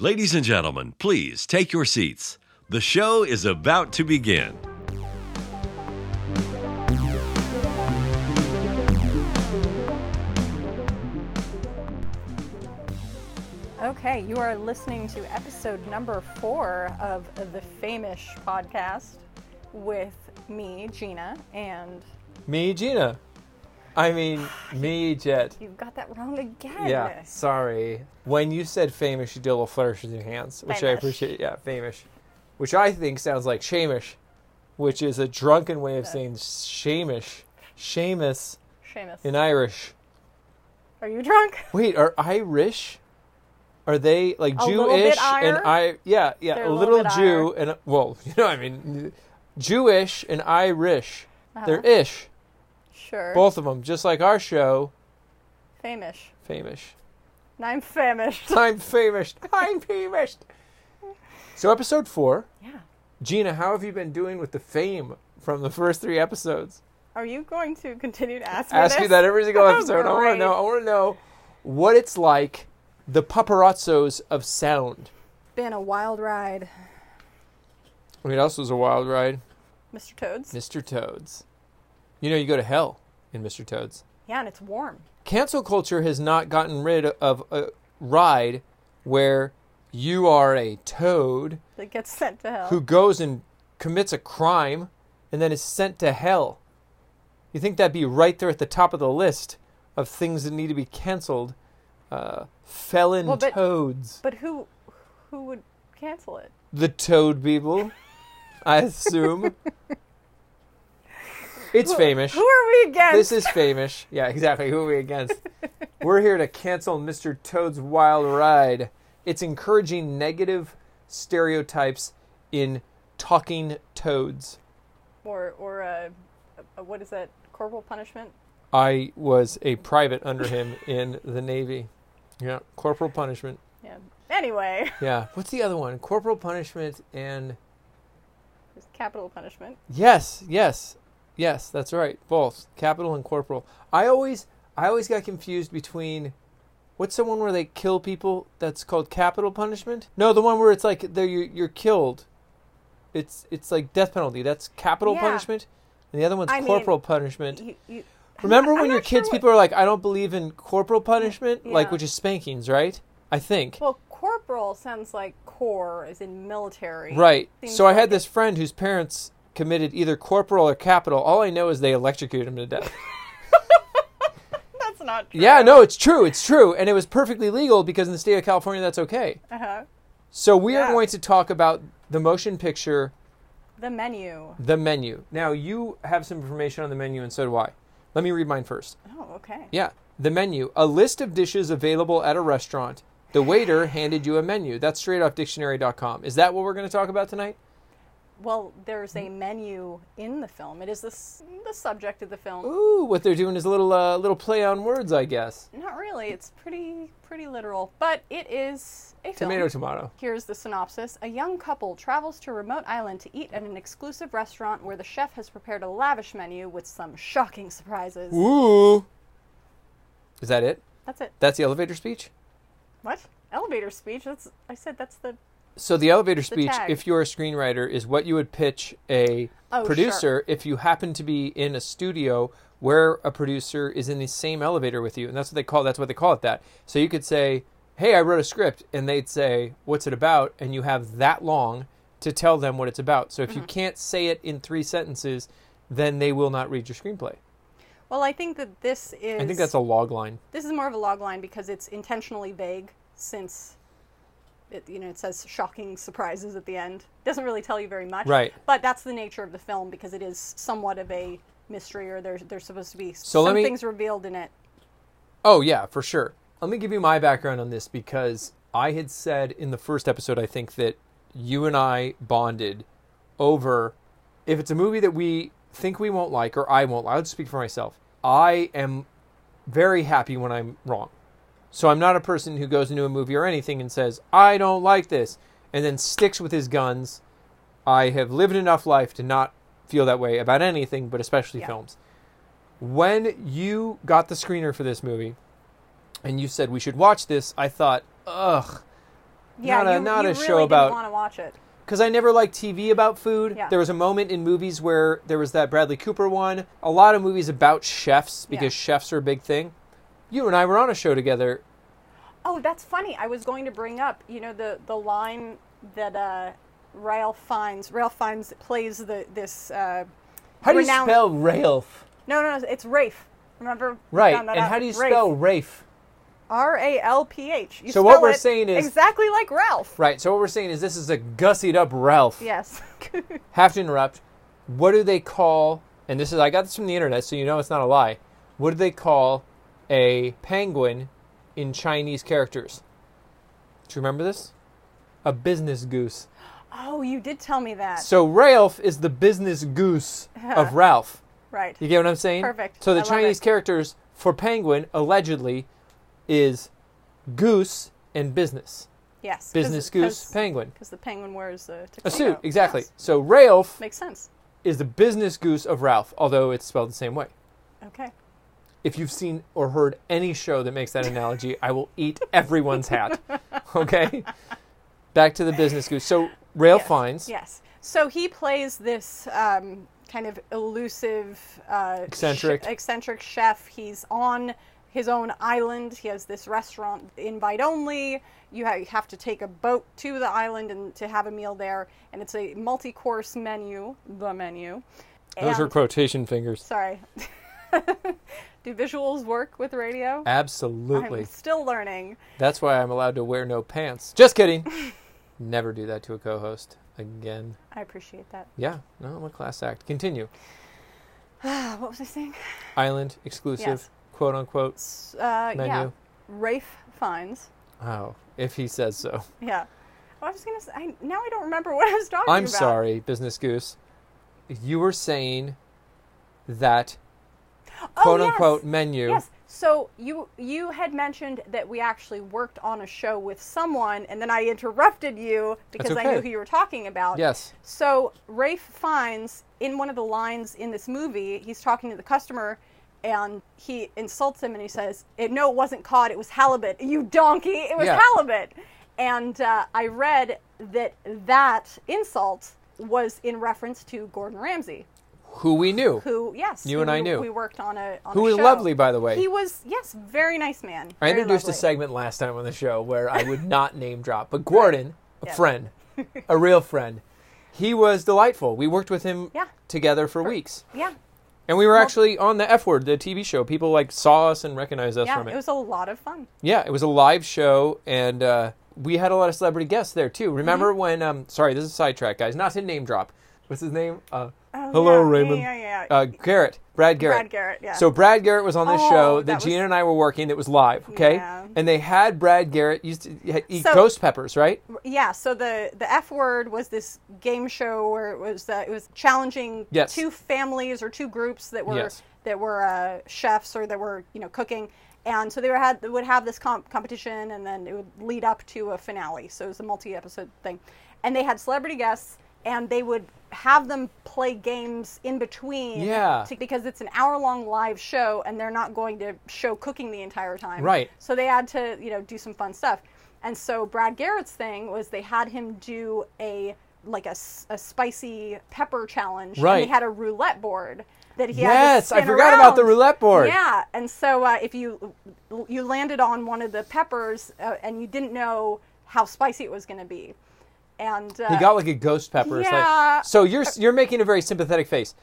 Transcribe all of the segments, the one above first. Ladies and gentlemen, please take your seats. The show is about to begin. Okay, you are listening to episode number four of the Famish podcast with me, Gina, and Me, Gina. I mean, me, Jet. you got that wrong again. Yeah, sorry. When you said famous, you did a little flourish with your hands, which I Famish. appreciate. Yeah, famish. Which I think sounds like shamish, which is a drunken way of saying shamish. Shamus Seamus, in Irish. are you drunk? Wait, are Irish? Are they like A little bit Jewish and I? Ire? Yeah, yeah, They're a a little, little bit Jew and well, you know, I mean, Jewish and Irish. Uh-huh. They're ish, Sure. both of them, just like our show, Famish. famish. And I'm famished. I'm famished. I'm famished. So, episode four. Yeah. Gina, how have you been doing with the fame from the first three episodes? Are you going to continue to ask me Ask you this? that every single Oh, episode. I want to great. know. I want to know what it's like. The paparazzos of sound. Been a wild ride, I mean, else was a wild ride. Mr. Toads. Mr. Toads. You know, you go to hell in Mr. Toads. Yeah, and it's warm. cancel culture has not gotten rid of a ride where you are a toad It gets sent to hell. who goes and commits a crime and then is sent to hell. You think that'd be right there at the top of the list of things that need to be canceled? Uh, felon Well, but- toads. But who, who would cancel it? The toad people, I assume. it's famous. Who are we against? This is famous. Yeah, exactly. Who are we against? We're here to cancel Mr. Toad's Wild Ride. It's encouraging negative stereotypes in talking toads. or or uh, uh, what is that? Corporal punishment. I was a private under him in the Navy. Yeah, corporal punishment. Yeah. Anyway, Yeah. What's the other one? Corporal punishment and it's capital punishment. Yes, yes, yes. That's right. Both capital and corporal. I always, I always got confused between what's the one where they kill people that's called capital punishment? No, the one where it's like they're you're, you're killed. It's it's like death penalty. That's capital Yeah. punishment, and the other one's I mean, corporal punishment. You, you, I'm Remember not- when I'm you're not sure kids, what- people are like, I don't believe in corporal punishment, like Yeah. which is spankings, right? I think. Well, corporal sounds like corps, as in military. Right. Seems So I like had this friend whose parents committed either corporal or capital. All I know is they electrocuted him to death. That's not true. Yeah, no, it's true. It's true. And it was perfectly legal because in the state of California, that's okay. Uh-huh. So we Yeah. are going to talk about the motion picture, The menu. the menu. Now, you have some information on the menu, and so do I. Let me read mine first. Oh, okay. Yeah, the menu. A list of dishes available at a restaurant. The waiter handed you a menu. That's straight off dictionary.com. Is that what we're going to talk about tonight? Well, there's a menu in the film. It is the s- the subject of the film. Ooh, what they're doing is a little, uh, little play on words, I guess. Not really. It's pretty pretty literal, but it is a film. Tomato, tomato. Here's the synopsis. A young couple travels to a remote island to eat at an exclusive restaurant where the chef has prepared a lavish menu with some shocking surprises. Ooh. Is that it? That's it. That's the elevator speech? What? Elevator speech? That's I said that's the So the elevator speech, tag. if you're a screenwriter, is what you would pitch a Oh, producer if you happen to be in a studio where a producer is in the same elevator with you, and that's what they call that's what they call it that. So you could say, "Hey, I wrote a script," and they'd say, "What's it about?" and you have that long to tell them what it's about. So if Mm-hmm. you can't say it in three sentences, then they will not read your screenplay. Well, I think that this is I think that's a log line. this is more of a log line because it's intentionally vague since it you know it says shocking surprises at the end. Doesn't really tell you very much. Right. But that's the nature of the film because it is somewhat of a mystery or there's there's supposed to be let some me- things revealed in it. Oh yeah, for sure. Let me give you my background on this because I had said in the first episode I think that you and I bonded over if it's a movie that we think we won't like or I won't. I'll just speak for myself. I am very happy when I'm wrong. So I'm not a person who goes into a movie or anything and says, "I don't like this," and then sticks with his guns. I have lived enough life to not feel that way about anything, but especially Yeah. films. When you got the screener for this movie, and you said we should watch this, I thought, ugh, Yeah, Not a- you, not you a really show didn't about- want to watch it. because I never liked TV about food. Yeah. There was a moment in movies where there was that Bradley Cooper one. A lot of movies about chefs because chefs are a big thing. You and I were on a show together. Oh, that's funny. I was going to bring up, you know, the the line that uh, Ralph Fiennes. Ralph Fiennes plays the this. Uh, How do you renowned- spell Ralph? No, no, no, it's Rafe. Remember? we Right. found that And out. how do you Rafe. spell Rafe? R A L P H? You So what spell we're it saying is- exactly like Ralph. Right. So what we're saying is this is a gussied up Ralph. Yes. Have to interrupt. What do they call? And this is I got this from the internet, so you know it's not a lie. What do they call a penguin in Chinese characters? Do you remember this? A business goose. oh, you did tell me that. So Ralph is the business goose of Ralph. right. You get what I'm saying? Perfect. So the I love Chinese it. characters for penguin allegedly is goose and business. yes. 'cause- Business goose cause, penguin. Because the penguin wears a tuxedo. A suit, exactly. Yes. So Ralph Makes sense. is the business goose of Ralph, although it's spelled the same way. Okay. If you've seen or heard any show that makes that analogy, I will eat everyone's hat. Okay? Back to the business goose. So Ralph Yes, finds Yes. So he plays this um, kind of elusive, uh, Eccentric. sh- eccentric chef. He's on his own island. He has this restaurant invite only. You ha- you have to take a boat to the island and to have a meal there. And it's a multi-course menu. The menu. those are And- quotation fingers. sorry. Do visuals work with radio? Absolutely. I'm still learning. That's why I'm allowed to wear no pants. Just kidding. Never do that to a co-host again. I appreciate that. Yeah, no, I'm a class act. Continue. Ah, what was I saying? Island exclusive, Yes. quote unquote. Uh, Yeah. Menu. Rafe Fines. Oh, if he says so. Yeah. Well, I was gonna. Say, I, now I don't remember what I was talking about. I'm sorry, Business Goose. You were saying that Oh, quote yes. unquote menu. Yes. So you you had mentioned that we actually worked on a show with someone, and then I interrupted you because I okay. knew who you were talking about. Yes. So Rafe finds in one of the lines in this movie, he's talking to the customer, and he insults him, and he says, "It no, it wasn't cod, it was halibut. You donkey, it was Yeah. halibut." And uh, I read that that insult was in reference to Gordon Ramsay Who we knew. who yes You who and I we- knew. we worked on a on Who a was show. lovely, by the way. he was yes very nice man I very introduced a lovely. segment last time on the show where I would not name drop, but Gordon, a friend, a real friend, he was delightful. We worked with him Yeah. together for weeks. yeah And we were actually on the F word, the TV show. People like saw us and recognized us yeah from it. it was a lot of fun yeah, it was a live show, and uh, we had a lot of celebrity guests there too. Remember Mm-hmm. when? Um, sorry, this is a sidetrack, guys. Not to name drop. What's his name? Uh, hello, Oh, yeah, Raymond. yeah, yeah, yeah. Uh, Garrett. Brad Garrett. Brad Garrett, yeah. So Brad Garrett was on this Oh, show that that, was- Gina and I were working. That was live. Okay. Yeah. And they had Brad Garrett used to had- eat So- ghost peppers, right? yeah so the the f word was this game show where it was uh, it was challenging Yes. two families or two groups that were Yes. that were uh, chefs or that were you know cooking and so they were had would have this comp- competition and then it would lead up to a finale so it was a multi-episode thing and they had celebrity guests and they would have them play games in between Yeah. to- because it's an hour-long live show and they're not going to show cooking the entire time Right. so they had to, you know, do some fun stuff. And so Brad Garrett's thing was they had him do a like a, s- a spicy pepper challenge. And Right. they had a roulette board that he had. to Yes, I spin forgot about the around. roulette board. Yeah, and so uh, if you you landed on one of the peppers uh, and you didn't know how spicy it was going to be, and uh, He got like a ghost pepper. It's like- Yeah. so you're you're making a very sympathetic face.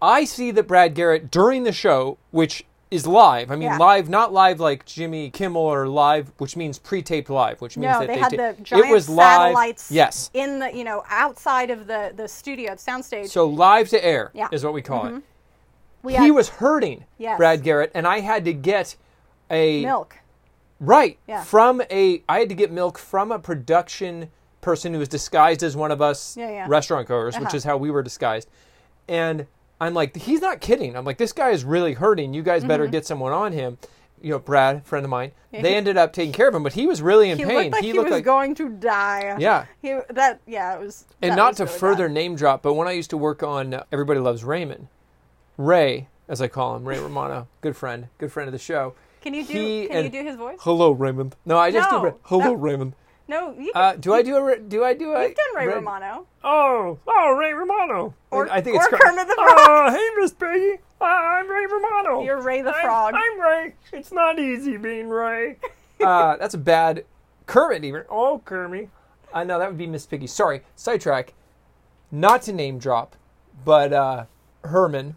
I see that Brad Garrett during the show, which is live. I mean, Yeah. live, not live like Jimmy Kimmel or live, which means pre-taped live, which means No, that they, they, had did- the giant it was satellites. live. Yes. in the you know outside of the the studio the soundstage. So live to air Yeah. Mm-hmm. is what we call it. we He was hurting, Yes. Brad Garrett, and I had to get a milk. Right. Yeah. From a, I had to get milk from a production person who was disguised as one of us Yeah, yeah. restaurant goers, which Uh-huh. is how we were disguised. And I'm like, he's not kidding. I'm like, this guy is really hurting. You guys Mm-hmm. better get someone on him. You know, Brad, friend of mine. They ended up taking care of him, but he was really in He pain. looked like he, was going to die. Yeah. He that yeah, it was and that not was to really further bad. name drop, but when I used to work on uh, Everybody Loves Raymond, Ray, as I call him, Ray Romano, good friend, good friend of the show. Can you do- he can you and- do his voice? Hello, Raymond. No, I just No, do. Ra- Hello, no. Raymond. No, you can, Uh, do I do a re- do I do a? you've done Ray Red- Romano. Oh, oh, Ray Romano. Or- I think it's or Car- Kermit the Oh, hey, Miss Piggy. I'm Ray Romano. You're Ray the I'm- Frog. I'm Ray. It's not easy being Ray. uh, that's a bad Kermit even. Oh, Kermit. I know that would be Miss Piggy. Sorry, sidetrack. Not to name drop, but uh, Herman.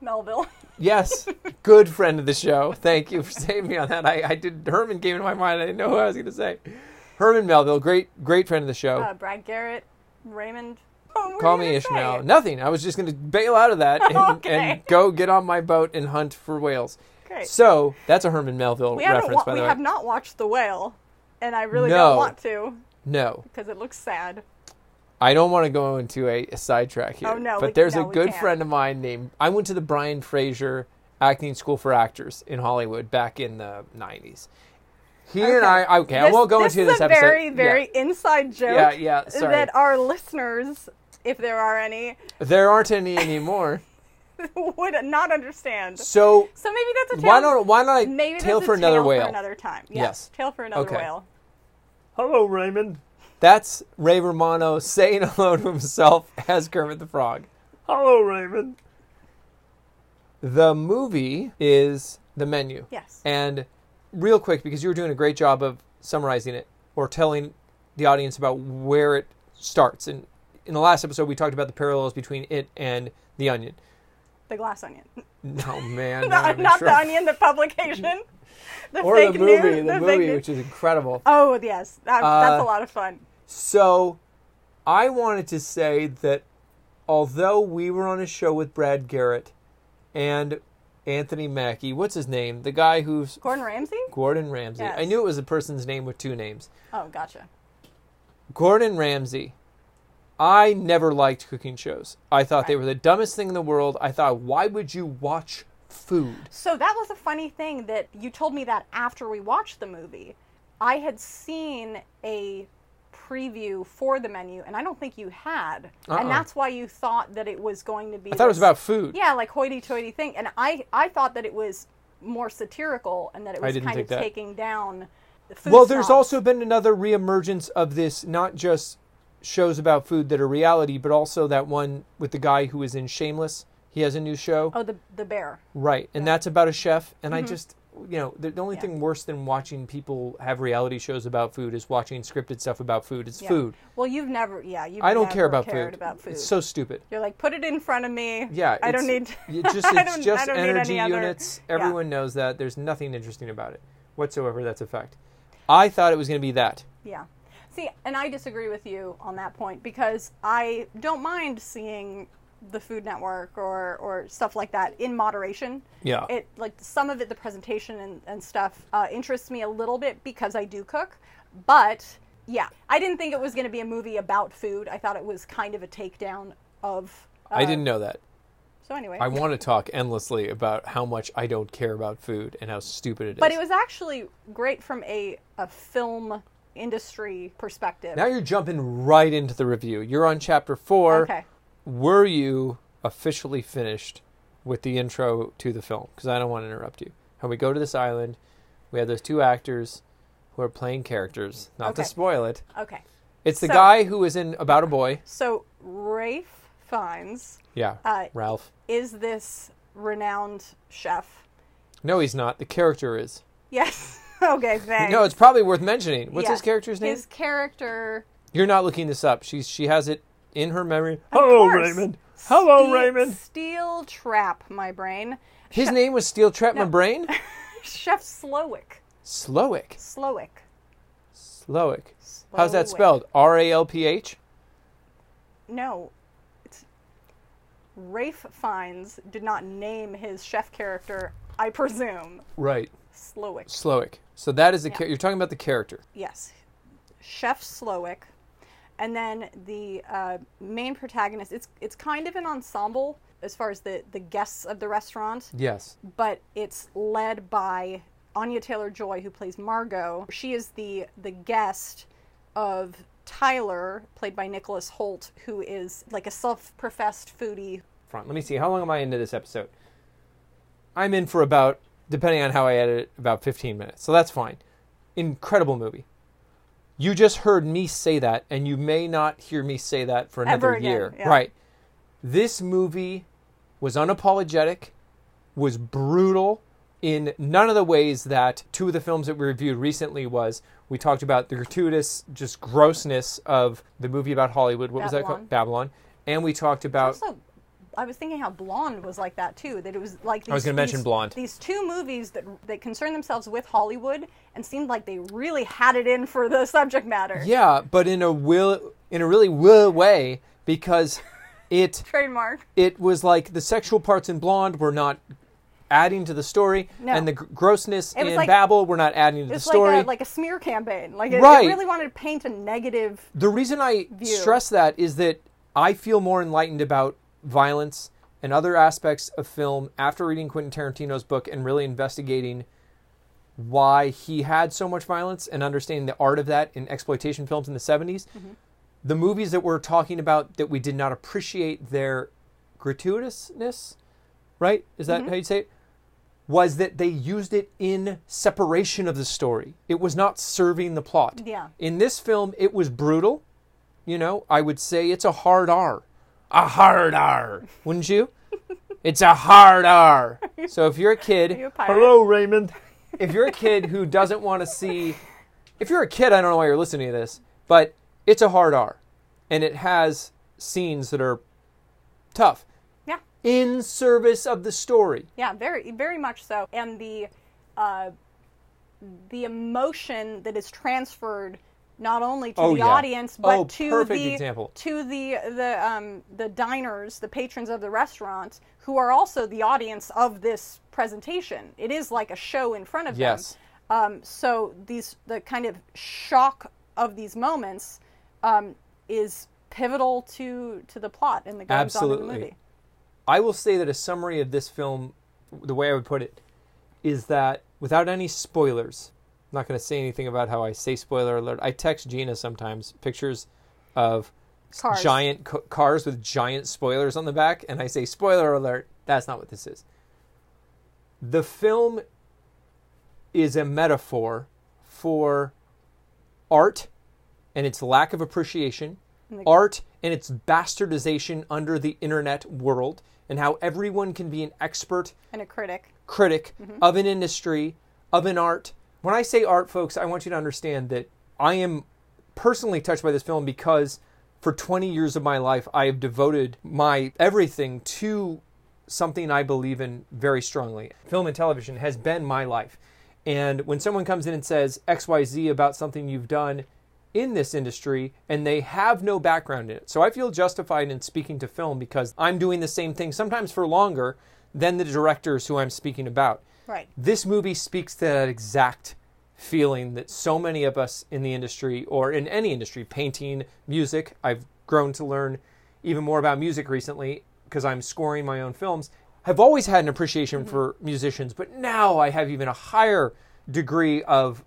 Melville. Yes, good friend of the show. Thank you for saving me on that. I, I did. Herman came into my mind. I didn't know who I was going to say. Herman Melville, great great friend of the show. Uh, Brad Garrett. Raymond. What were Call you me gonna Ishmael. say? Nothing. I was just going to bail out of that and, Okay. and go get on my boat and hunt for whales. Great. So that's a Herman Melville We, haven't reference, wa- by we the way. have not watched The Whale, and I really No. don't want to no, because it looks sad. I don't want to go into a, a sidetrack here. Oh, no, But we- there's no, a we good can't. friend of mine named. I went to the Brian Fraser Acting School for Actors in Hollywood back in the '90s. He and I. Okay, I This- won't go into is this a episode. Very, Yeah. very inside joke. Yeah, yeah, sorry. That our listeners, if there are any, There aren't any anymore. would not understand. So So maybe that's a tale. why don't why don't I maybe tail that's for a another tale whale? for another time? Yes. yes. Tail for another Okay. whale. Hello, Raymond. That's Ray Romano saying hello to himself as Kermit the Frog. Hello, Raymond. The movie is The Menu. Yes. And real quick, because you were doing a great job of summarizing it or telling the audience about where it starts. And in the last episode, we talked about the parallels between it and The Onion. The glass onion. No man, now not I'm in not the trouble. onion, the publication. The or fake the movie, news. the fake movie, news. which is incredible. Oh yes, that, Uh, that's a lot of fun. So, I wanted to say that although we were on a show with Brad Garrett and Anthony Mackie, what's his name? The guy who's Gordon Ramsay. Gordon Ramsay. I Yes. knew it was a person's name with two names. Oh, gotcha. Gordon Ramsay. I never liked cooking shows. I thought they were the dumbest thing in the world. I thought, why would you watch food? So that was a funny thing that you told me that after we watched the movie. I had seen a preview for the menu, and I don't think you had, Uh-uh. and that's why you thought that it was going to be. I thought it was about food. yeah, like hoity-toity thing, and I I thought that it was more satirical and that it was didn't kind think of that. taking down. The food Well, there's snobs. also been another reemergence of this, not just shows about food that are reality, but also that one with the guy who is in Shameless. He has a new show. oh Mm-hmm. the the bear. Right. And that's about a chef. And I just, you know, the, the only thing worse than watching people have reality shows about food is watching scripted stuff about food. It's Yeah. food. Well, you've never, yeah, you. I don't care about cared food. about food. It's so stupid. You're like, put it in front of me. Yeah, I don't need. it's- It just, I it's don't- I just don't need energy any other- units. yeah. Everyone knows that. There's nothing interesting about it whatsoever. That's a fact. I thought it was going to be that. Yeah. See, and I disagree with you on that point because I don't mind seeing the Food Network or, or stuff like that in moderation. Yeah. It like some of it, the presentation and, and stuff uh, interests me a little bit because I do cook, but yeah, I didn't think it was going to be a movie about food. I thought it was kind of a takedown of. Uh, I didn't know that. so anyway, I want to talk endlessly about how much I don't care about food and how stupid it is. but it was actually great from a, a film industry perspective. now you're jumping right into the review. You're on chapter four. Okay. Were you officially finished with the intro to the film? Because I don't want to interrupt you. And we go to this island. We have those two actors who are playing characters. Not to Okay. spoil it. Okay. It's the So- guy who is in About a Boy. So Rafe Fiennes Yeah. Uh, Ralph. is this renowned chef. No, he's not. The character is. Yes. okay. Thanks. No, it's probably worth mentioning. What's Yeah. his character's name? His character. You're not looking this up. She's she has it in her memory. Hello, course. Raymond. Hello, Steel- Raymond. Steel trap, my brain. His name was Steel Trap My Brain? Chef Slowick. Slowick. Slowick. Slowick. How's that Slowick. spelled? R A L P H? No. It's Rafe Fiennes did not name his chef character. I presume Right. Slowick. Slowick. So that is the char- you're talking about the character. Yes. Chef Slowick. And then the uh, main protagonist, it's, it's kind of an ensemble as far as the, the guests of the restaurant, Yes. but it's led by Anya Taylor Joy, who plays Margot. She is the, the guest of Tyler, played by Nicholas Holt, who is like a self professed foodie. Front. Let me see. How long am I into this episode? I'm in for about depending on how I edit it, about 15 minutes. So that's fine. Incredible movie. You just heard me say that, and you may not hear me say that for another Ever again, year. yeah. Right. This movie was unapologetic, was brutal in none of the ways that two of the films that we reviewed recently was. We talked about the gratuitous, just grossness of the movie about Hollywood. What was that called? Babylon. And we talked about also I was thinking how Blonde was like that too. That it was like these, was gonna mention these- Blonde. These two movies that that concerned themselves with Hollywood and seemed like they really had it in for the subject matter. yeah, but in a will, in a really will way because it Trademark. it was like the sexual parts in Blonde were not adding to the story, No. and the gr- grossness It was in like- Babel were not adding to the It's story. like a, like a smear campaign. Like it, it Right. really wanted to paint a negative. the reason I View. stress that is that I feel more enlightened about violence and other aspects of film after reading Quentin Tarantino's book and really investigating why he had so much violence and understanding the art of that in exploitation films in the 70s. The movies that we're talking about that we did not appreciate their gratuitousness, right? Is that Mm-hmm. how you say it? Was that they used it in separation of the story. It was not serving the plot. Yeah. In this film, it was brutal. You know, I would say it's a hard R. A hard R. Wouldn't you? it's a hard R. So if you're a kid, Are you a pirate? Hello, Raymond. if you're a kid who doesn't want to see if you're a kid i don't know why you're listening to this but it's a hard r and it has scenes that are tough Yeah. in service of the story Yeah, very, very much so. And the, uh, the emotion that is transferred not only to Oh, the yeah. audience but Oh, to perfect the example. to the the um, the diners, the patrons of the restaurant, who are also the audience of this presentation. It is like a show in front of Yes. them. Um, so these the kind of shock of these moments um, is pivotal to to the plot and the goings on in the Absolutely. movie. I will say that a summary of this film, the way I would put it, is that without any spoilers, I'm not going to say anything about how I say spoiler alert. I text Gina sometimes pictures of s- Cars. giant c- cars with giant spoilers on the back, and I say spoiler alert. That's not what this is. The film is a metaphor for art and its lack of appreciation, art and its bastardization under the internet world, and how everyone can be an expert And a critic. critic of an industry, of an art. When I say art, folks, I want you to understand that I am personally touched by this film because for 20 years of my life, I have devoted my everything to something I believe in very strongly. Film and television has been my life. And when someone comes in and says XYZ about something you've done in this industry and they have no background in it. So I feel justified in speaking to film because I'm doing the same thing, sometimes for longer, than the directors who I'm speaking about. Right. This movie speaks to that exact feeling that so many of us in the industry or in any industry, painting, music, I've grown to learn even more about music recently because I'm scoring my own films. I've always had an appreciation Mm-hmm. for musicians, but now I have even a higher degree of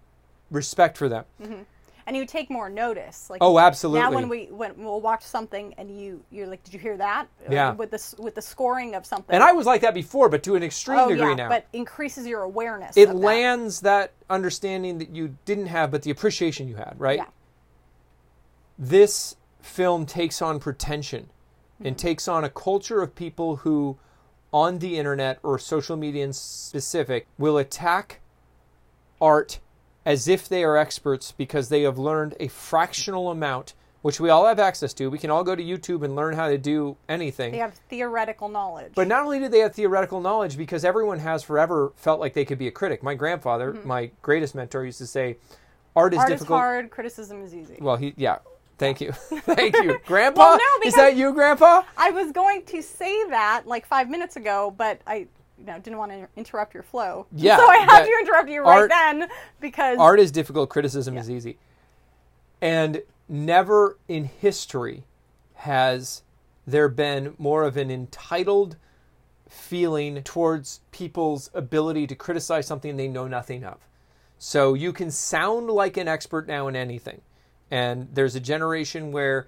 respect for them. Mm-hmm. and you take more notice. Like Oh, absolutely. Now when we when we'll watch something and you you're like, did you hear that? Yeah. With this with the scoring of something. And I was like that before, but to an extreme oh degree yeah, now. but increases your awareness. it of that. lands that understanding that you didn't have, but the appreciation you had, right? Yeah. This film takes on pretension Mm-hmm. and takes on a culture of people who, on the internet or social media in specific, will attack art as if they are experts because they have learned a fractional amount, which we all have access to. We can all go to YouTube and learn how to do anything. They have theoretical knowledge. But not only do they have theoretical knowledge, because everyone has forever felt like they could be a critic. My grandfather, my greatest mentor, used to say, "Art is Mm-hmm. art difficult." is hard. Criticism is easy. Well, he yeah. Thank you, thank you, Grandpa. Well, no, because- is that you, Grandpa? I was going to say that like five minutes ago, but I. You know, didn't want to interrupt your flow. Yeah, So I had that- to interrupt you right art- then because Art is difficult. Criticism is easy. And never in history has there been more of an entitled feeling towards people's ability to criticize something they know nothing of. So you can sound like an expert now in anything. And there's a generation where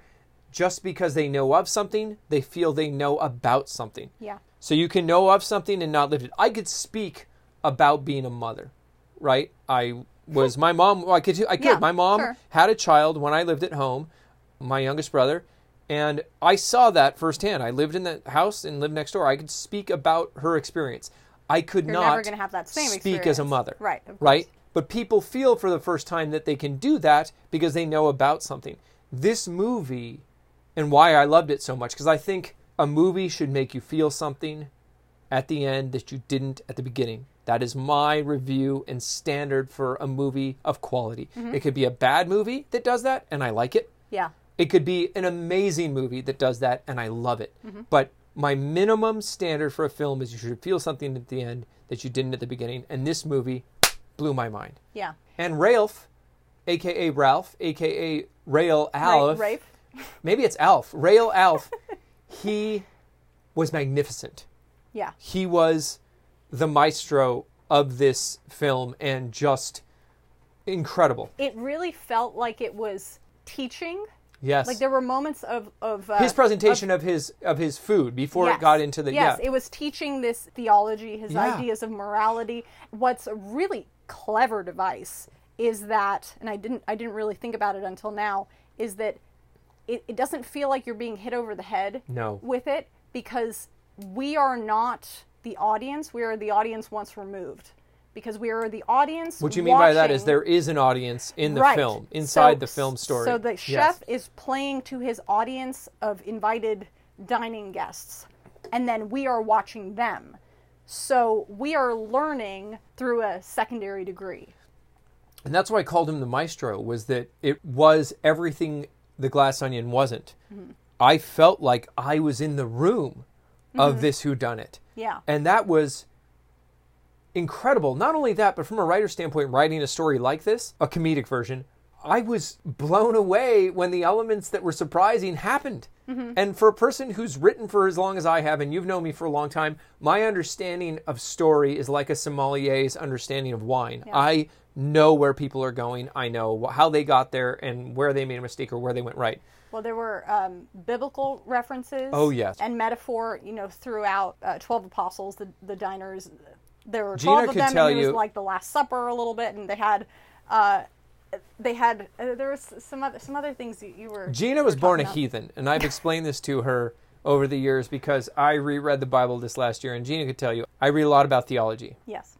just because they know of something, they feel they know about something. Yeah. So you can know of something and not live it. I could speak about being a mother, right? I was my mom. Well, I could. I could. Yeah, my mom sure. had a child when I lived at home, my youngest brother, and I saw that firsthand. I lived in the house and lived next door. I could speak about her experience. I could You're not never gonna have that same speak as a experience. mother. Right, of course. Right. But people feel for the first time that they can do that because they know about something. This movie and why I loved it so much because I think a movie should make you feel something at the end that you didn't at the beginning. That is my review and standard for a movie of quality. Mm-hmm. It could be a bad movie that does that and I like it. Yeah. It could be an amazing movie that does that, and I love it. Mm-hmm. But my minimum standard for a film is you should feel something at the end that you didn't at the beginning, and this movie blew my mind. Yeah. And Ralph, aka Ralph, aka Rail Alf, Rafe? maybe it's Alf, Rail Alf, he was magnificent Yeah. he was the maestro of this film and just incredible. It really felt like it was teaching. Yes. Like there were moments of of uh, his presentation of, his of his food before Yes. it got into the yes yeah. it was teaching this theology his Yeah. ideas of morality what's a really clever device is that and i didn't i didn't really think about it until now is that it, it doesn't feel like you're being hit over the head No. with it because we are not the audience we are the audience once removed because we are the audience what you mean by that is watching- there is an audience in the Right. film, inside So- the film story. So the Yes. chef is playing to his audience of invited dining guests, and then we are watching them. So we are learning through a secondary degree. And that's why I called him the maestro, was that it was everything the glass onion wasn't. Mm-hmm. I felt like I was in the room of this whodunit. Mm-hmm. Yeah. And that was incredible. Not only that, but from a writer's standpoint, writing a story like this, a comedic version, I was blown away when the elements that were surprising happened. And for a person who's written for as long as I have, and you've known me for a long time, my understanding of story is like a sommelier's understanding of wine. I know where people are going, I know wh- how they got there, and where they made a mistake or where they went right. Well, there were um, biblical references. Oh, yes. And metaphor, you know, throughout uh, Twelve Apostles, the the diners. There were Gina twelve of could them, tell and it was you- like the Last Supper a little bit, and they had. Uh, they had uh, there was some other some other things that you were Gina you was were born a talking about. heathen, and I've explained this to her over the years because I reread the Bible this last year, and Gina could tell you I read a lot about theology. yes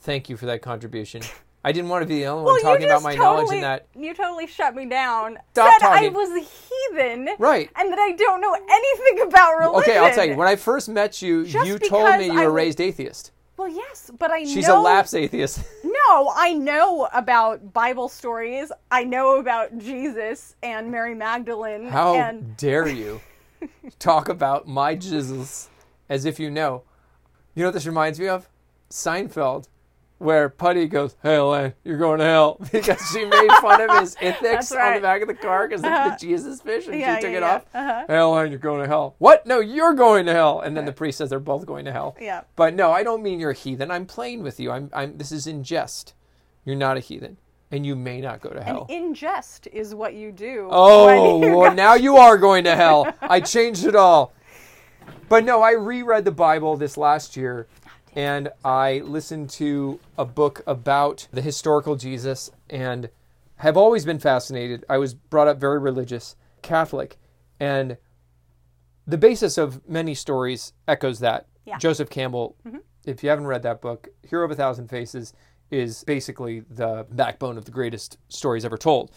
Thank you for that contribution. I didn't want to be the only Well, one you talking about just my totally, knowledge in that. You totally shut me down. Stop Said I talking. was a heathen. Right. And that I don't know anything about religion. Okay, I'll tell you. When I first met you, Just you told me because you I were was- raised atheist. well, yes, but I know. She's a lapsed atheist. No, I know about Bible stories. I know about Jesus and Mary Magdalene. How And dare you talk about my jizzles as if you know? You know what this reminds me of? Seinfeld, where Putty goes, "Hey, Elaine, you're going to hell," because she made fun of his That's ithics on right. Uh-huh. the back of the car because the Jesus fish, and Yeah, she took yeah, it yeah. Uh-huh. off. Hey, Elaine, you're going to hell. What? No, you're going to hell. And then the priest says they're both going to hell. Yeah. But no, I don't mean you're a heathen. I'm playing with you. I'm. I'm. This is in jest. You're not a heathen, and you may not go to hell. ingest is what you do. Oh, when you Lord, go- now you are going to hell. I changed it all. But no, I reread the Bible this last year and I listened to a book about the historical Jesus and have always been fascinated. I was brought up very religious, Catholic, and the basis of many stories echoes that. Yeah. Mm-hmm. Joseph Campbell, if you haven't read that book, Hero of a Thousand Faces is basically the backbone of the greatest stories ever told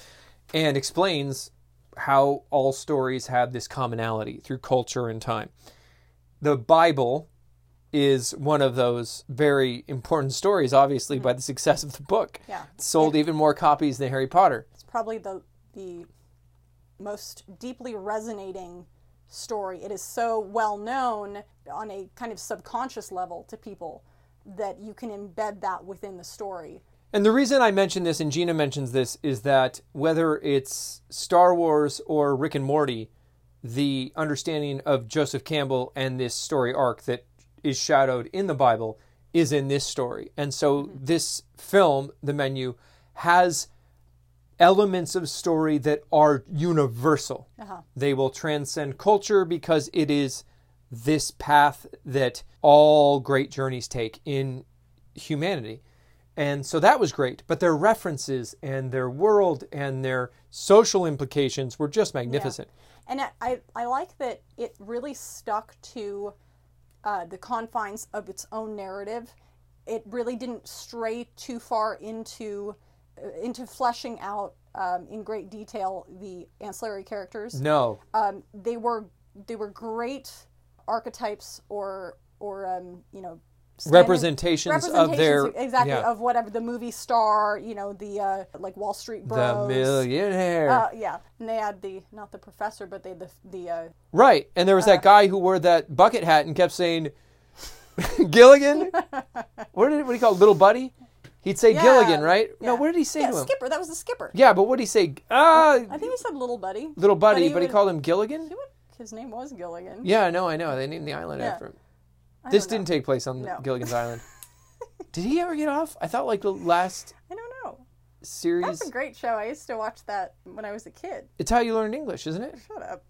and explains how all stories have this commonality through culture and time. The Bible is one of those very important stories, obviously, by the success of the book. Mm-hmm. Yeah. It sold even more copies than Harry Potter. It's probably the the most deeply resonating story. It is so well known on a kind of subconscious level to people that you can embed that within the story. And the reason I mention this, and Gina mentions this, is that whether it's Star Wars or Rick and Morty, the understanding of Joseph Campbell and this story arc that is shadowed in the Bible is in this story. And so this film, The Menu, has elements of story that are universal. They will transcend culture because it is this path that all great journeys take in humanity. And so that was great. But their references and their world and their social implications were just magnificent. And I- I, I like that it really stuck to uh, the confines of its own narrative. It really didn't stray too far into uh, into fleshing out um, in great detail the ancillary characters. No. Um, they were they were great archetypes or or um, you know standing- Representations of their- representations, exactly yeah. of whatever the movie star you know the uh, like Wall Street The bros millionaire. Oh, uh, yeah, and they had the not the professor, but they had the the uh, right. And there was that guy who wore that bucket hat and kept saying, Gilligan? what, did, what do you call it? Little Buddy? He'd say yeah, Gilligan, right? No, yeah. what did he say Yeah, to him? skipper. That was the skipper. Yeah, but what did he say? Ah, I think he said little buddy. little buddy, but he, would- called him Gilligan? he would- his name was Gilligan. Yeah, no, I know. They named the island after him. I This don't know. didn't take place on No. Gilligan's Island. Did he ever get off? I thought like the last I don't know. series. That's a great show. I used to watch that when I was a kid. It's how you learn English, isn't it? Shut up.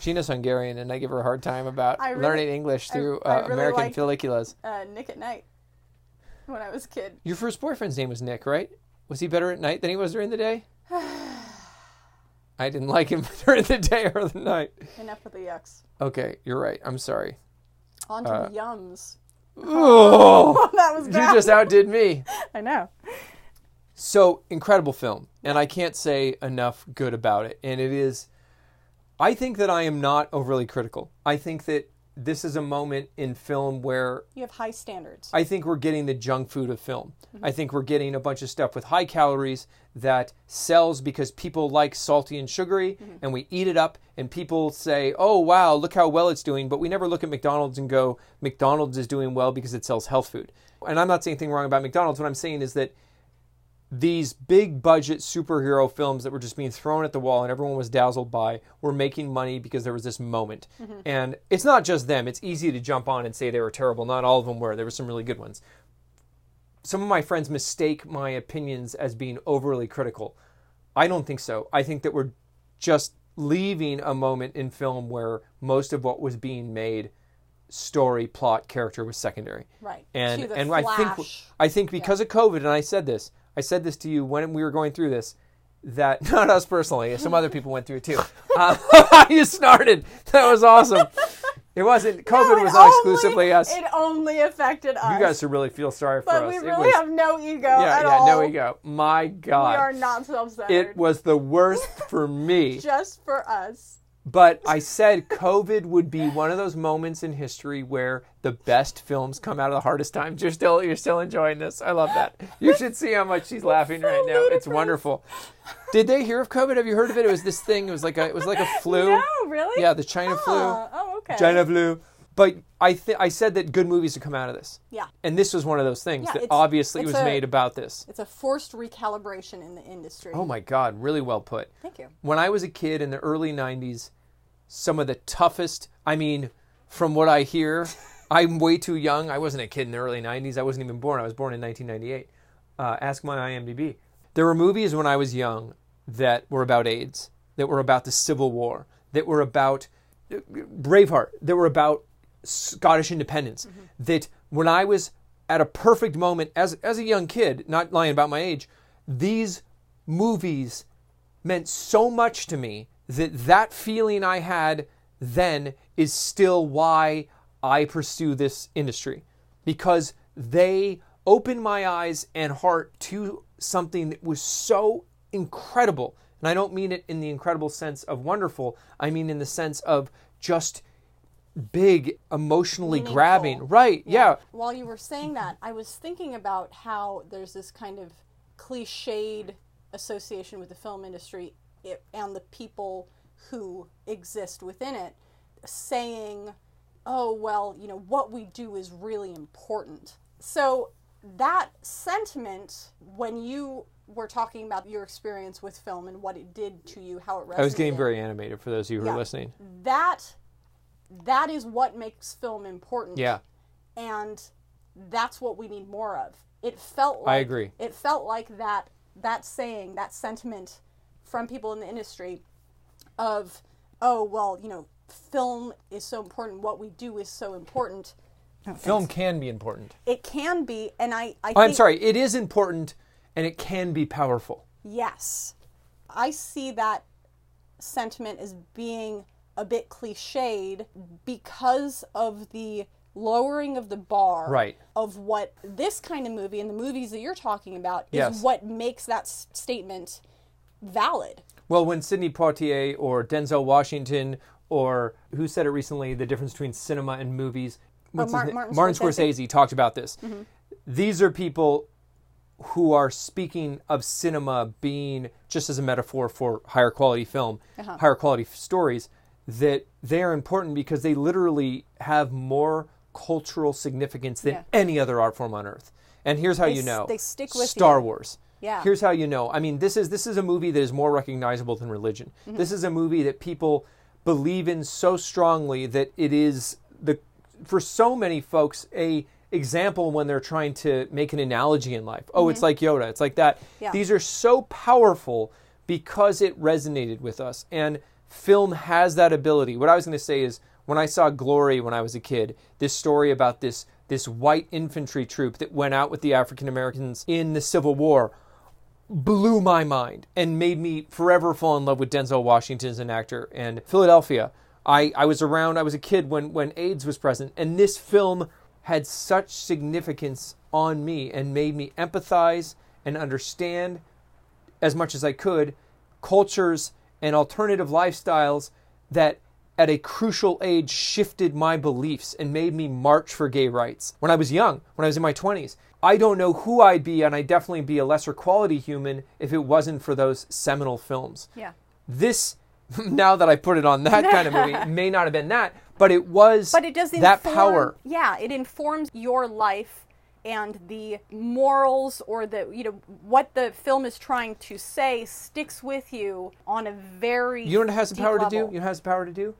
She knows Hungarian, and I give her a hard time about I really- learning English I- through I uh, really American liked- filiculas. Uh, Nick at Night. When I was a kid, Your first boyfriend's name was Nick, right? Was he better at night than he was during the day? I didn't like him during the day or the night. enough with the yucks. Okay, you're right. I'm sorry. On to the yums. Oh, That was Uh, you bad. just outdid me. I know. So incredible film, and I can't say enough good about it. And it is, I think that I am not overly critical. I think that this is a moment in film where You have high standards. I think we're getting the junk food of film. I think we're getting a bunch of stuff with high calories that sells because people like salty and sugary, and we eat it up. And people say, "Oh wow, look how well it's doing," but we never look at McDonald's and go, "McDonald's is doing well because it sells health food." And I'm not saying anything wrong about McDonald's. What I'm saying is that these big budget superhero films that were just being thrown at the wall and everyone was dazzled by were making money because there was this moment. And it's not just them, it's easy to jump on and say they were terrible. Not all of them were, there were some really good ones. Some of my friends mistake my opinions as being overly critical. I don't think so. I think that we're just leaving a moment in film where most of what was being made story, plot, character was secondary. Right. And To the and I think Flash. I think because of COVID, and I said this, I said this to you when we were going through this, that not us personally, some other people went through it too. Uh, you started. That was awesome. It wasn't COVID No, it was not exclusively only- us. It only affected us. you guys should really feel sorry for but us. we It really was- have no ego yeah, at yeah, all. no ego. My God. We are not self-centered. it was the worst for me. just for us. But I said COVID would be one of those moments in history where the best films come out of the hardest times. You're still you're still enjoying this. I love that. You should see how much she's laughing right now. It's ludicrous. wonderful. Did they hear of COVID? Have you heard of it? It was this thing. It was like a it was like a flu. No, really? Yeah, the China Oh, flu. oh, okay. China flu. But I th- I said that good movies would come out of this. Yeah. And this was one of those things Yeah, that it's- obviously it's was a- made about this. It's a forced recalibration in the industry. Oh my God, really well put. Thank you. When I was a kid in the early 90s, some of the toughest, I mean, from what I hear, I'm way too young. I wasn't a kid in the early 90s. I wasn't even born. I was born in 1998. Uh, ask my IMDb. There were movies when I was young that were about AIDS, that were about the Civil War, that were about Braveheart that were about Scottish independence. That when I was at a perfect moment as as a young kid, not lying about my age, these movies meant so much to me that that feeling I had then is still why I pursue this industry because they opened my eyes and heart to something that was so incredible. And I don't mean it in the incredible sense of wonderful, I mean in the sense of just big, emotionally Meaningful. grabbing. Right, yeah. While you were saying that, I was thinking about how there's this kind of cliched association with the film industry it, and the people who exist within it saying, oh, well, you know, what we do is really important. So that sentiment, when you were talking about your experience with film and what it did to you, how it resonated. I was getting very animated for those of you who are Yeah. listening. that that is what makes film important Yeah. and that's what we need more of it felt like I agree. it felt like that that saying that sentiment from people in the industry of oh well you know film is so important what we do is so important Film can be important. It can be, and I. I Oh, I'm think- sorry, it is important and it can be powerful. Yes. I see that sentiment as being a bit cliched because of the lowering of the bar Right. of what this kind of movie and the movies that you're talking about is Yes. what makes that s- statement valid. Well, when Sidney Poitier or Denzel Washington or who said it recently, the difference between cinema and movies, what's his Oh, Mar- name? Martin Scorsese. Mm-hmm. Scorsese. talked about this. These are people who are speaking of cinema being just as a metaphor for higher quality film, Uh-huh. higher quality f- stories, that they are important because they literally have more cultural significance than Yeah. any other art form on earth. And here's how They you s- know they stick with you. Star Wars. Yeah. Here's how you know. I mean, this is this is a movie that is more recognizable than religion. This is a movie that people believe in so strongly that it is the for so many folks a example when they're trying to make an analogy in life. Oh, it's like Yoda. It's like that. Yeah. These are so powerful because it resonated with us and film has that ability. What I was going to say is when I saw Glory when I was a kid, this story about this this white infantry troop that went out with the African Americans in the Civil War blew my mind and made me forever fall in love with Denzel Washington as an actor. And Philadelphia, I, I was around, I was a kid when, when AIDS was present, and this film had such significance on me and made me empathize and understand as much as I could cultures and alternative lifestyles that at a crucial age shifted my beliefs and made me march for gay rights. When I was young, when I was in my 20s, I don't know who I'd be and I'd definitely be a lesser quality human if it wasn't for those seminal films. Yeah. This now that I put it on that kind of movie may not have been that, but it was But it does that inform- power. Yeah, it informs your life and the morals or the you know what the film is trying to say sticks with you on a very You know what it has the deep power to do? You level. know what it has the power to do?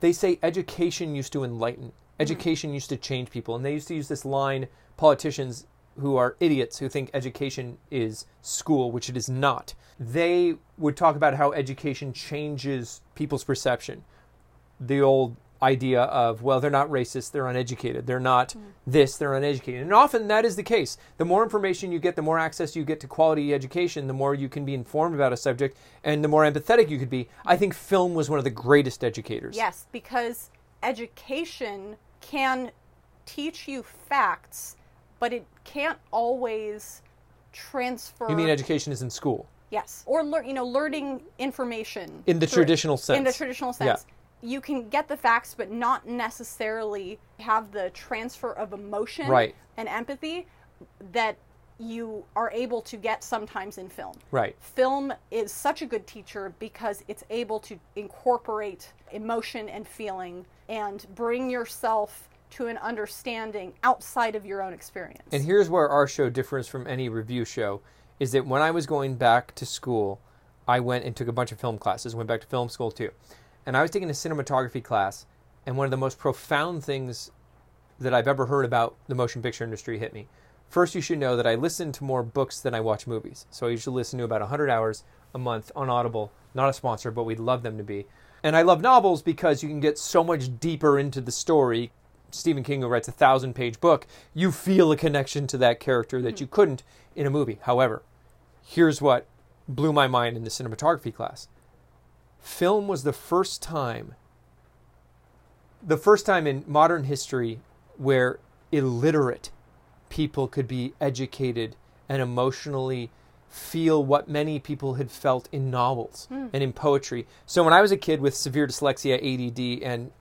They say education used to enlighten. Mm-hmm. Education used to change people. And they used to use this line politicians who are idiots who think education is school, which it is not. They would talk about how education changes people's perception the old idea of well they're not racist they're uneducated they're not this they're uneducated and often that is the case the more information you get the more access you get to quality education the more you can be informed about a subject and the more empathetic you could be i think film was one of the greatest educators Yes, because education can teach you facts, but it can't always transfer. you mean education is in school Yes, or learn. You know, learning information In the through- traditional In the sense. traditional Yeah. sense, you can get the facts, but not necessarily have the transfer of emotion Right. and empathy that you are able to get sometimes in film. right Film is such a good teacher because it's able to incorporate emotion and feeling and bring yourself to an understanding outside of your own experience. And here's where our show differs from any review show is that when I was going back to school, I went and took a bunch of film classes, went back to film school too. And I was taking a cinematography class, and one of the most profound things that I've ever heard about the motion picture industry hit me. First, you should know that I listen to more books than I watch movies. So I usually listen to about 100 hours a month on Audible. Not a sponsor, but we'd love them to be. And I love novels because you can get so much deeper into the story Stephen King, who writes a thousand page book, you feel a connection to that character that you couldn't in a movie. However, here's what blew my mind in the cinematography class film was the first time, the first time in modern history where illiterate people could be educated and emotionally feel what many people had felt in novels Hmm. and in poetry. So when I was a kid with severe dyslexia, ADD, and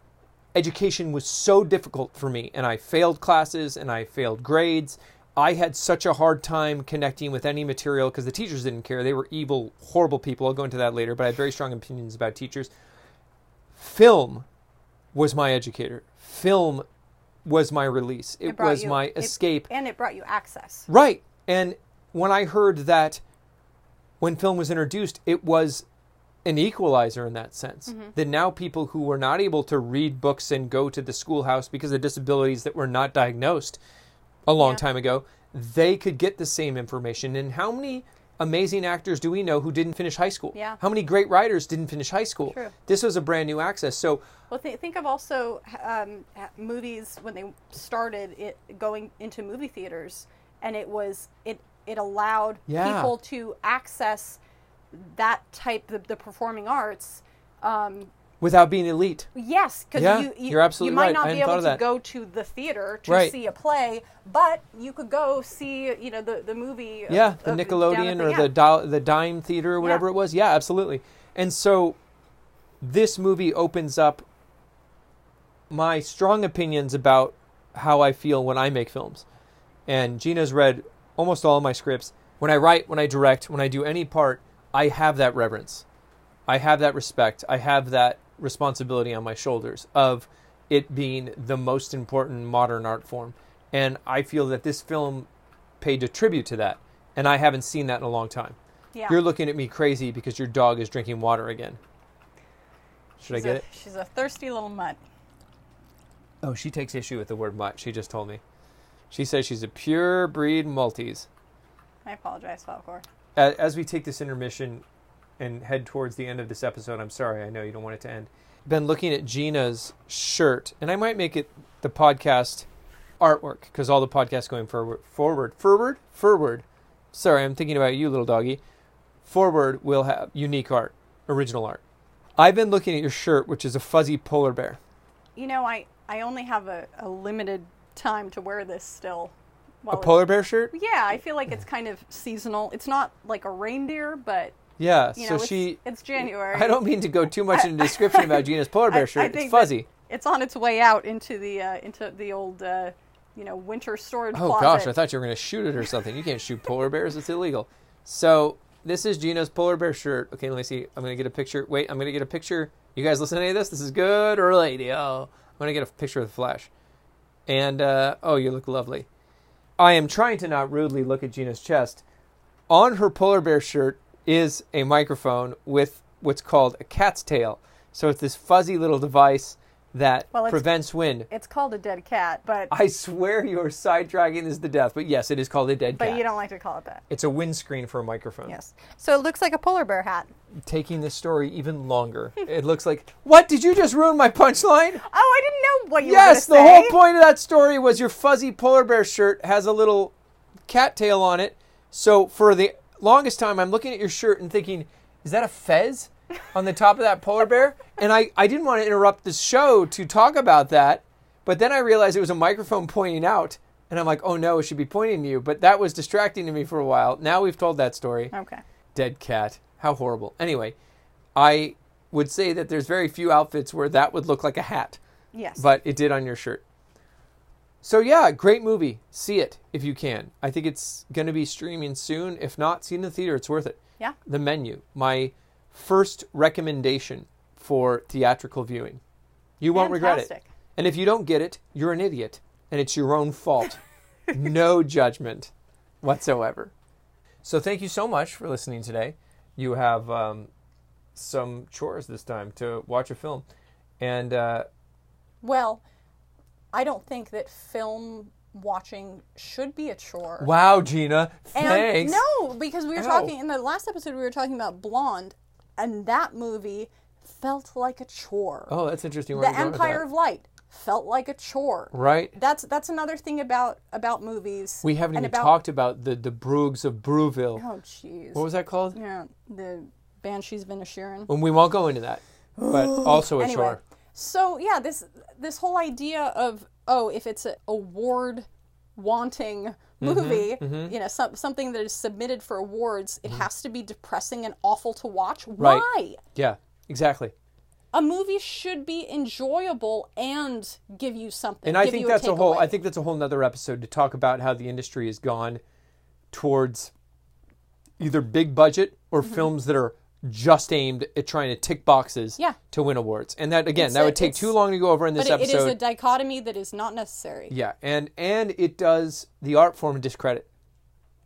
education was so difficult for me and I failed classes and I failed grades. I had such a hard time connecting with any material because the teachers didn't care. They were evil, horrible people. I'll go into that later, but I had very strong opinions about teachers. Film was my educator. Film was my release. It, brought was you- my it- escape. and it brought you access. Right. And when I heard that when film was introduced, it was an equalizer in that sense. Mm-hmm. That now people who were not able to read books and go to the schoolhouse because of disabilities that were not diagnosed a long time ago, they could get the same information. And how many amazing actors do we know who didn't finish high school? Yeah. How many great writers didn't finish high school? True. This was a brand new access. So Well, th- think of also um, ha- movies when they started it going into movie theaters, and it was it it allowed Yeah. people to access that type the, the performing arts. Um, without being elite, yes, because Yeah, you, you you're absolutely you might right. not I be hadn't thought able to of that. go to the theater to Right. see a play, but you could go see you know the the movie. of- yeah, the of- down at Nickelodeon or yeah. the di- the dime theater or whatever Yeah. it was. Yeah, absolutely. And so this movie opens up my strong opinions about how I feel when I make films. And Gina's read almost all of my scripts. When I write, when I direct, when I do any part, I have that reverence. I have that respect. I have that responsibility on my shoulders of it being the most important modern art form. And I feel that this film paid a tribute to that. And I haven't seen that in a long time. Yeah. You're looking at me crazy because your dog is drinking water again. Should She's I get a- it? She's a thirsty little mutt. Oh, she takes issue with the word mutt. She just told me. She says she's a pure breed Maltese. I apologize, Falcor. A- As we take this intermission and head towards the end of this episode, I'm sorry, I know you don't want it to end. Been looking at Gina's shirt, and I might make it the podcast artwork because all the podcasts going forward, forward, forward, forward. Sorry, I'm thinking about you, little doggy. Forward will have unique art, original art. I've been looking at your shirt, which is a fuzzy polar bear. You know, I, I only have a, a limited time to wear this still. While A it- polar bear shirt? yeah, I feel like it's kind of seasonal. It's not like a reindeer, but Yeah. you know, so it's, she. it's January. I don't mean to go too much into description about Gina's polar I- bear I shirt. think it's that fuzzy. It's on its way out into the uh, into the old uh, you know winter storage Oh closet. gosh, I thought you were going to shoot it or something. You can't shoot polar bears; it's illegal. So this is Gina's polar bear shirt. Okay, let me see. I'm going to get a picture. Wait, I'm going to get a picture. You guys listen to any of this? This is good radio. I'm going to get a picture of the flash. And uh, oh, you look lovely. I am trying to not rudely look at Gina's chest. On her polar bear shirt is a microphone with what's called a cat's tail. So it's this fuzzy little device that Well, it's- prevents wind. it's called a dead cat, but I swear you are sidetracking this to death, but yes, it is called a dead but cat. you don't like to call it that. it's a windscreen for a microphone. Yes. So it looks like a polar bear hat. Taking this story even longer, it looks like, what? Did you just ruin my punchline? Oh, I didn't know what you yes, were the gonna whole say. point of that story was your fuzzy polar bear shirt has a little cat tail on it. So for the longest time, I'm looking at your shirt and thinking, is that a fez on the top of that polar bear? And I, I didn't want to interrupt the show to talk about that, but then I realized it was a microphone pointing out. And I'm like, oh no, it should be pointing to you. But that was distracting to me for a while. Now we've told that story Okay. dead cat. How horrible. Anyway, I would say that there's very few outfits where that would look like a hat, Yes. but it did on your shirt. So yeah, great movie. See it if you can. I think it's going to be streaming soon. If not, see it in the theater. It's worth it. Yeah. The menu. My first recommendation for theatrical viewing. You won't regret it. Fantastic. And if you don't get it, you're an idiot, and it's your own fault. no judgment whatsoever. So thank you so much for listening today. You have um, some chores this time to watch a film, and uh, Well, I don't think that film watching should be a chore. wow, Gina, And thanks. no, because we were Ow. talking in the last episode we were talking about Blonde and that movie felt like a chore. Oh, that's interesting. Where the you're going with Empire that. of Light felt like a chore. right? That's that's another thing about about movies. We haven't and even about, talked about the the Brugs of Brewville. Oh jeez. What was that called? yeah, the Banshees of Inisherin. And we won't go into that, but also a anyway, chore. so yeah, this this whole idea of oh, if it's an award wanting Mm-hmm, movie, you know, some, something that is submitted for awards, it has to be depressing and awful to watch. Mm-hmm. Right. Why? Yeah, exactly. A movie should be enjoyable and give you something. and I give think you that's a, whole. takeaway. I think that's a whole nother episode to talk about how the industry has gone towards either big budget or Mm-hmm. films that are just aimed at trying to tick boxes Yeah. to win awards. And that again, It's that a- would take it's- too long to go over in but this it, it episode. is a dichotomy that is not necessary. yeah, and and it does the art form discredit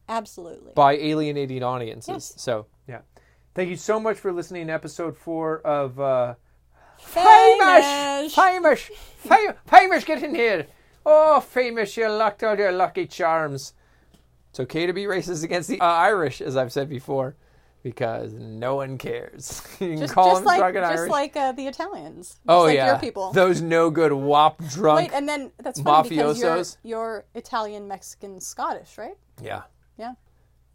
Absolutely. by alienating audiences. Yes. So yeah, thank you so much for listening to episode four of. Uh, Famous. Famous! Famous! Fam- famous, get in here! Oh, famous, you lucked out your lucky charms. It's okay to be racist against the uh, Irish, as I've said before, because no one cares. you can Just, call just them like, drunken just Irish. like uh, the Italians. Just oh like yeah, your people. those no good wop drunk. Wait, uh, and then that's funny because you're, mafiosos. you're Italian, Mexican, Scottish, right? yeah, Yeah.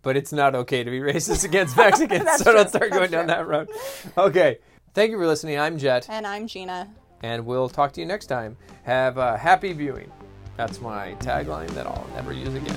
but it's not okay to be racist against Mexicans. That's so true. don't start That's going down true. that road. Okay, thank you for listening. I'm Jet. And I'm Gina. and we'll talk to you next time. Have a happy viewing. That's my tagline that I'll never use again.